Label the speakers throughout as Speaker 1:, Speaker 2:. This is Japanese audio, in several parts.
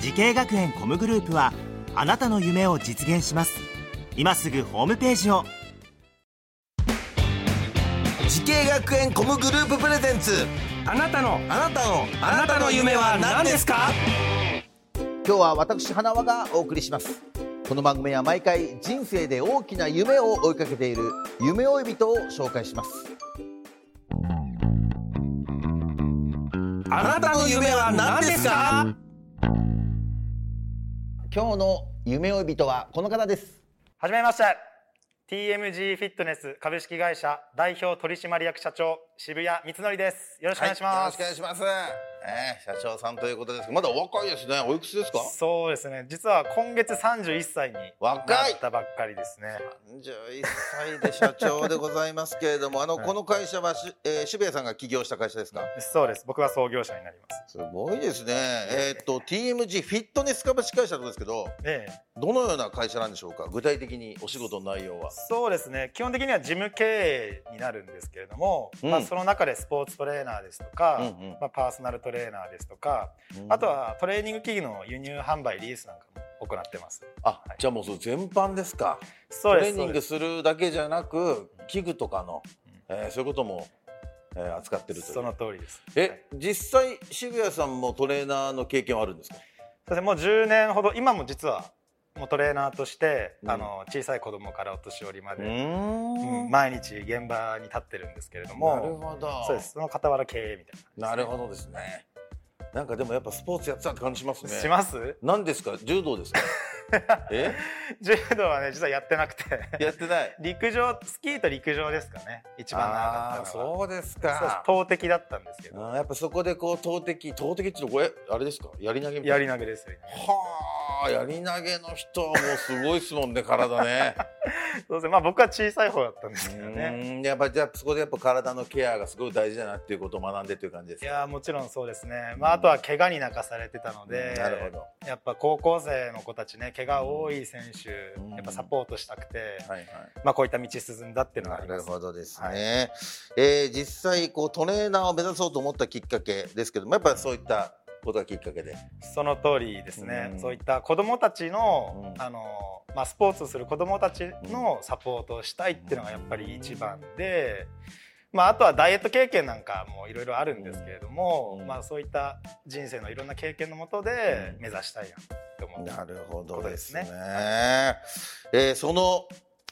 Speaker 1: 時系学園コムグループはあなたの夢を実現します今すぐホームページを
Speaker 2: 時系学園コムグループプレゼンツ
Speaker 3: あなたの
Speaker 2: あなたの
Speaker 3: あなたの夢は何ですか
Speaker 2: 今日は私花輪がお送りしますこの番組は毎回人生で大きな夢を追いかけている夢追い人を紹介します
Speaker 3: あなたの夢は何ですか
Speaker 2: 今日の夢追い人はこの方です
Speaker 4: はじめまして TMG フィットネス株式会社代表取締役社長渋谷光則ですよろしくお願いします、
Speaker 2: はい、よろしくお願いしますえー、社長さんということですけどまだお若いですねおいくつですか
Speaker 4: そうですね実は今月31歳にな
Speaker 2: 若
Speaker 4: っ
Speaker 2: い
Speaker 4: たばっかりですね
Speaker 2: 31歳で社長でございますけれどもあの、
Speaker 4: はい
Speaker 2: この会社はし、えー、渋谷さんが起業した会社ですか
Speaker 4: そうです僕は創業者になりま
Speaker 2: す
Speaker 4: す
Speaker 2: ごいですねえーっと TMG フィットネス株式会社ということですけど
Speaker 4: ええ、
Speaker 2: どのような会社なんでしょうか具体的にお仕事の内容は
Speaker 4: そうですね基本的には事務経営になるんですけれども、
Speaker 2: うん
Speaker 4: まあ、その中でスポーツトレーナーですとか、
Speaker 2: うんうん
Speaker 4: まあ、パーソナルトレーナーですとかあとはトレーニング器具の輸入販売リリースなんかも行ってます
Speaker 5: あ、
Speaker 4: はい
Speaker 5: じゃあもうそう全般ですか
Speaker 4: そうで
Speaker 5: トレー
Speaker 4: す
Speaker 5: ニン
Speaker 4: そうで
Speaker 5: グ
Speaker 4: す
Speaker 5: するだけじゃなく器具とかの、えーそういうことも、えー扱ってるとい
Speaker 4: そうの通りです
Speaker 5: え実際渋谷さんもトレーナーの経験はあるんですか
Speaker 4: そうですねもう10年ほど今も実はもうトレーナーとして、
Speaker 5: うん
Speaker 4: あの小さい子供からお年寄りま
Speaker 5: う
Speaker 4: で、うん
Speaker 5: んなる
Speaker 4: 毎日現場に立ってるんですけれども
Speaker 5: ほど
Speaker 4: そうですその傍ら経営みたい
Speaker 5: なるほどですねなんかでもやっぱスポーツやってたって感じします
Speaker 4: な、
Speaker 5: ね
Speaker 4: します
Speaker 5: 何ですか柔道 ですかえ
Speaker 4: 柔道はね実はやってなくて
Speaker 5: やってない
Speaker 4: 陸上スキーと陸上ですかね一番長か
Speaker 5: あ
Speaker 4: っ
Speaker 5: ー
Speaker 4: たのは
Speaker 5: そうです
Speaker 4: そうです
Speaker 5: か
Speaker 4: 投擲だったんですけ
Speaker 5: あ
Speaker 4: ど
Speaker 5: ーやっぱそこでこう投擲投擲っていうのこれあれですかやり投げみたいな
Speaker 4: やり投げですよね
Speaker 5: はあやり投げの人もすごいですもんね体ね
Speaker 4: そうですねまあ僕は小さい方だったんですけど
Speaker 5: う
Speaker 4: ね
Speaker 5: んやっぱじゃあそこでやっぱ体のケアがすごい大事だなっていうことを学んでという感じです
Speaker 4: い
Speaker 5: か
Speaker 4: やーもちろんそうですね、まあ、あとは怪我に泣かされてたので、
Speaker 5: なるほど
Speaker 4: やっぱ高校生の子たちね怪我多い選手、
Speaker 5: うん
Speaker 4: やっぱサポートしたくて、
Speaker 5: はいはい
Speaker 4: まあ、こういった道進んだっていうのがあり
Speaker 2: な
Speaker 4: ま
Speaker 2: る
Speaker 4: す
Speaker 2: ほどですね、
Speaker 4: はい
Speaker 2: えー実際こうトレーナーを目指そうと思ったきっかけですけどもやっぱりそういったことがきっかけで
Speaker 4: その通りですね、
Speaker 5: うん
Speaker 4: そういった子どもたちの,、
Speaker 5: うん
Speaker 4: あのまあ、スポーツをする子どもたちのサポートをしたいっていうのがやっぱり一番で、まあ、あとはダイエット経験なんかもいろいろあるんですけれども、
Speaker 5: うん
Speaker 4: まあ、そういった人生のいろんな経験のもとで目指したいなと思って
Speaker 2: なるほどです
Speaker 4: こ
Speaker 2: ね
Speaker 4: と
Speaker 2: えーその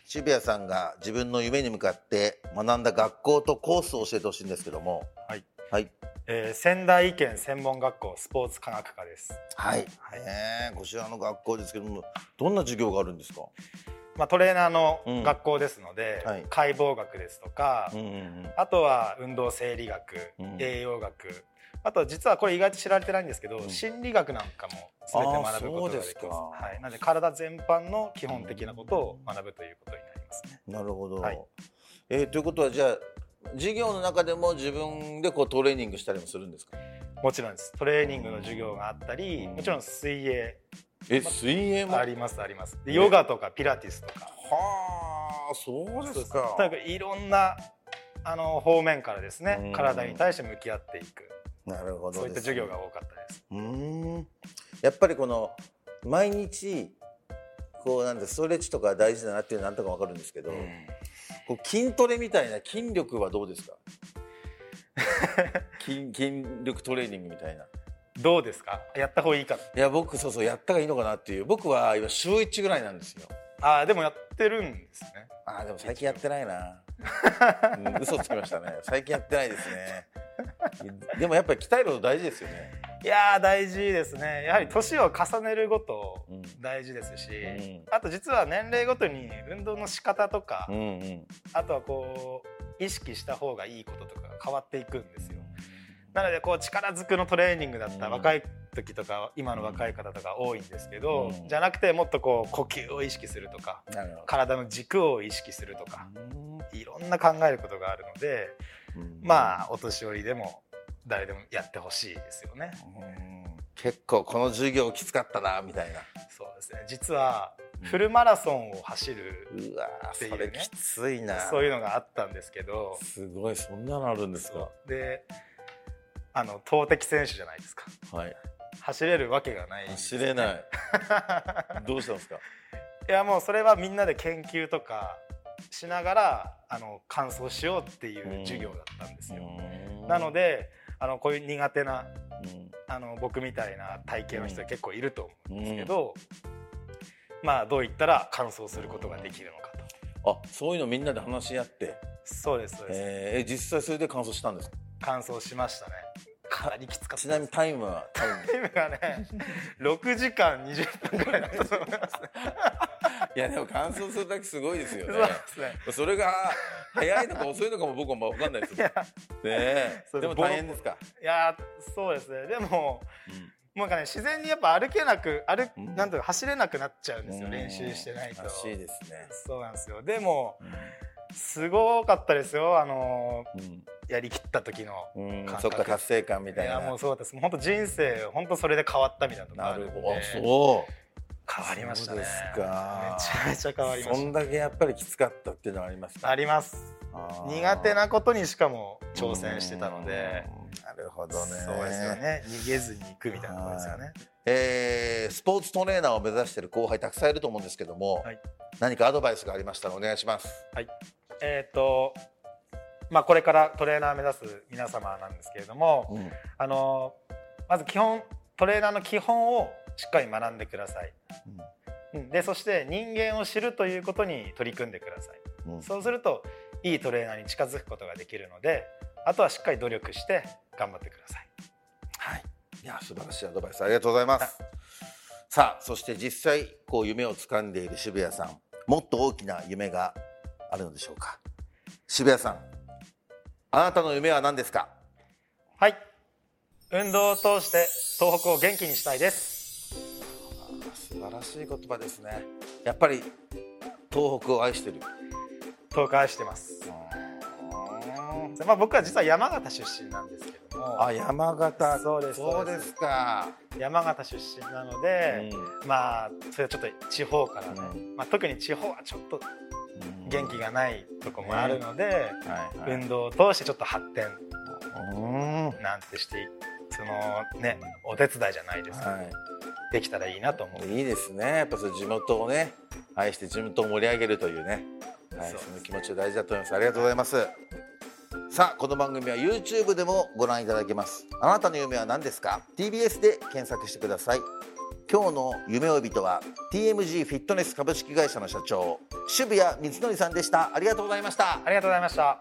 Speaker 2: 渋谷さんが自分の夢に向かって学んだ学校とコースを教えてほしいんですけども
Speaker 4: はい、
Speaker 2: はい
Speaker 4: えー仙台医研専門学校スポーツ科学科です。
Speaker 2: はい、
Speaker 4: はい
Speaker 2: えーこちらの学校ですけどもどんな授業があるんですか、
Speaker 4: まあ、トレーナーの
Speaker 2: うん
Speaker 4: 学校ですので、
Speaker 2: はい
Speaker 4: 解剖学ですとか、
Speaker 2: うんうんうん
Speaker 4: あとは運動生理学、
Speaker 2: うん
Speaker 4: 栄養学あと実はこれ意外と知られてないんですけど、
Speaker 2: ん
Speaker 4: 心理学なんかも全て学ぶことができま
Speaker 5: あーそうですすか
Speaker 4: はい、なので体全般の基本的なことを学ぶということになりますね。
Speaker 2: なるほど、
Speaker 4: はい
Speaker 5: えーということはじゃあ授業の中でも自分でこうトレーニングしたりもするんですか
Speaker 4: もちろんですトレーニングの授業があったり、
Speaker 5: うん
Speaker 4: もちろん水泳
Speaker 5: え
Speaker 4: ま
Speaker 5: 水泳も
Speaker 4: ありますありますでヨガとかピラティスとか
Speaker 5: はあそうですか
Speaker 4: とにかくいろんなあの方面からですね、
Speaker 5: うん
Speaker 4: 体に対して向き合っていく
Speaker 2: なるほどですね
Speaker 4: そういった授業が多かったです。
Speaker 5: うーんやっぱりこの毎日こうなんてストレッチとか大事だなっていうのはなんとかわかるんですけど、こう筋トレみたいな筋力はどう ですか筋筋力トレーニングみたいな
Speaker 4: どうですかやった方がいいか
Speaker 5: いや僕そうそうやったらいいのかなっていう僕は今週1ぐらいなんですよ
Speaker 4: ああでもやってるんですね
Speaker 5: あーでも最近やってないな、うん、嘘つきましたね最近やってないですねでもやっぱり鍛えること大事ですよね、
Speaker 4: いやー大事ですねやはり年を重ねるごと
Speaker 5: うん
Speaker 4: 大事ですし、
Speaker 5: うん
Speaker 4: あと実は年齢ごとに運動の仕方とか、
Speaker 5: うんうん、
Speaker 4: あとはこう意識した方がいいこととかが変わっていくんですよなのでこう力ずくのトレーニングだったら
Speaker 5: うん
Speaker 4: 若い時とか今の若い方とか多いんですけど、
Speaker 5: うん
Speaker 4: じゃなくてもっとこう呼吸を意識するとか
Speaker 5: なるほど
Speaker 4: 体の軸を意識するとかいろんな考えることがあるのでまあお年寄りでも誰でもやってほしいですよね。
Speaker 5: うん結構この授業きつかったなみたいな
Speaker 4: そうですね実はフルマラソンを走る
Speaker 5: うわー
Speaker 4: っていう
Speaker 5: それ
Speaker 4: ね
Speaker 5: きついな
Speaker 4: そういうのがあったんですけど
Speaker 5: すごいそんなのあるんですか
Speaker 4: であの投擲選手じゃないですか
Speaker 5: はい
Speaker 4: 走れるわけがない
Speaker 5: 走れないどうしたんですか
Speaker 4: いやもうそれはみんなで研究とかしながらあの完走しようっていう授業だったんですよ、なの、であのこういう苦手な
Speaker 5: うん
Speaker 4: あの僕みたいな体型の人結構いると思うんですけど、まあどういったら完走することができるのかと
Speaker 5: あそういうのみんなで話し合って、
Speaker 4: そうですそうです
Speaker 5: えーえ実際それで完走したんですか
Speaker 4: 完走しましたねかなりきつかったです
Speaker 5: ちなみにタイムはタイム
Speaker 4: タイム がね6時間20分ぐらいだったと思いますね
Speaker 5: いやでも完走するだけすごいですよ
Speaker 4: そ
Speaker 5: ね
Speaker 4: うですね
Speaker 5: それが早いのか遅いのかも僕は分かんないですよねえ
Speaker 4: それ
Speaker 5: でも大変ですか
Speaker 4: いやーそうですねでもなんかね自然にやっぱ歩けなく歩
Speaker 5: うん
Speaker 4: なんとか走れなくなっちゃうんですよ、
Speaker 5: うん
Speaker 4: 練習してないと
Speaker 5: らしいですね
Speaker 4: そうなんですよでもすごかったですよあのーやりきった時の
Speaker 5: うん、
Speaker 4: 感覚
Speaker 5: そっか達成感み
Speaker 4: い
Speaker 5: たいな
Speaker 4: やもうそうです本当人生本当それで変わったみたいなとこ
Speaker 5: な
Speaker 4: あ
Speaker 5: る
Speaker 4: るんで
Speaker 5: ほどあそ
Speaker 4: 変わりました
Speaker 5: そう
Speaker 4: ね
Speaker 5: ですか
Speaker 4: めちゃめちゃ変わりま
Speaker 5: うそ
Speaker 4: し
Speaker 5: んだけやっぱりきつかったっていうのはあります
Speaker 4: たあります苦手なことにしかも挑戦してたので
Speaker 5: うんなるほど
Speaker 4: そう
Speaker 5: ね
Speaker 4: ですよね逃げずに行くみたいなことですよね
Speaker 5: えースポーツトレーナーを目指している後輩たくさんいると思うんですけども、
Speaker 4: はい
Speaker 5: 何かアドバイスがありましたらお願いします。
Speaker 4: えっ、とまあこれからトレーナー目指す皆様なんですけれどもあのまず基本トレーナーの基本をしっかり学んでください、うん、でそして人間を知るということに取り組んでくださいそうするといいトレーナーに近づくことができるのであとはしっかり努力して頑張ってください
Speaker 5: はい、いや素晴らしいアドバイスありがとうございます。さあそして実際こう夢を掴んでいる渋谷さんもっと大きな夢があるのでしょうか渋谷さんあなたの夢は何ですか
Speaker 4: はい運動を通して東北を元気にしたいです
Speaker 5: 素晴らしい言葉ですねやっぱり東北を愛してる
Speaker 4: 東海してますまあ僕は実は山形出身なんですけども
Speaker 5: あ山形
Speaker 4: そうです
Speaker 5: そうですか、
Speaker 4: 山形出身なので、まあそれはちょっと地方からね、まあ、特に地方はちょっと元気がないとこもあるので、
Speaker 5: 気はいはい
Speaker 4: 運動を通してちょっと発展
Speaker 5: うんは
Speaker 4: なんてしてそのねお手伝いじゃないですか、できたらいいなと思う
Speaker 5: い、いいですねやっぱその地元をね愛して地元を盛り上げるというね、はい、
Speaker 4: そうです
Speaker 5: その気持ち大事だと思いますありがとうございますさあこの番組は YouTube でもご覧いただけますあなたの夢は何ですか TBS で検索してください今日の夢追い人は TMG フィットネス株式会社の社長渋谷光則さんでしたありがとうございました
Speaker 4: ありがとうございました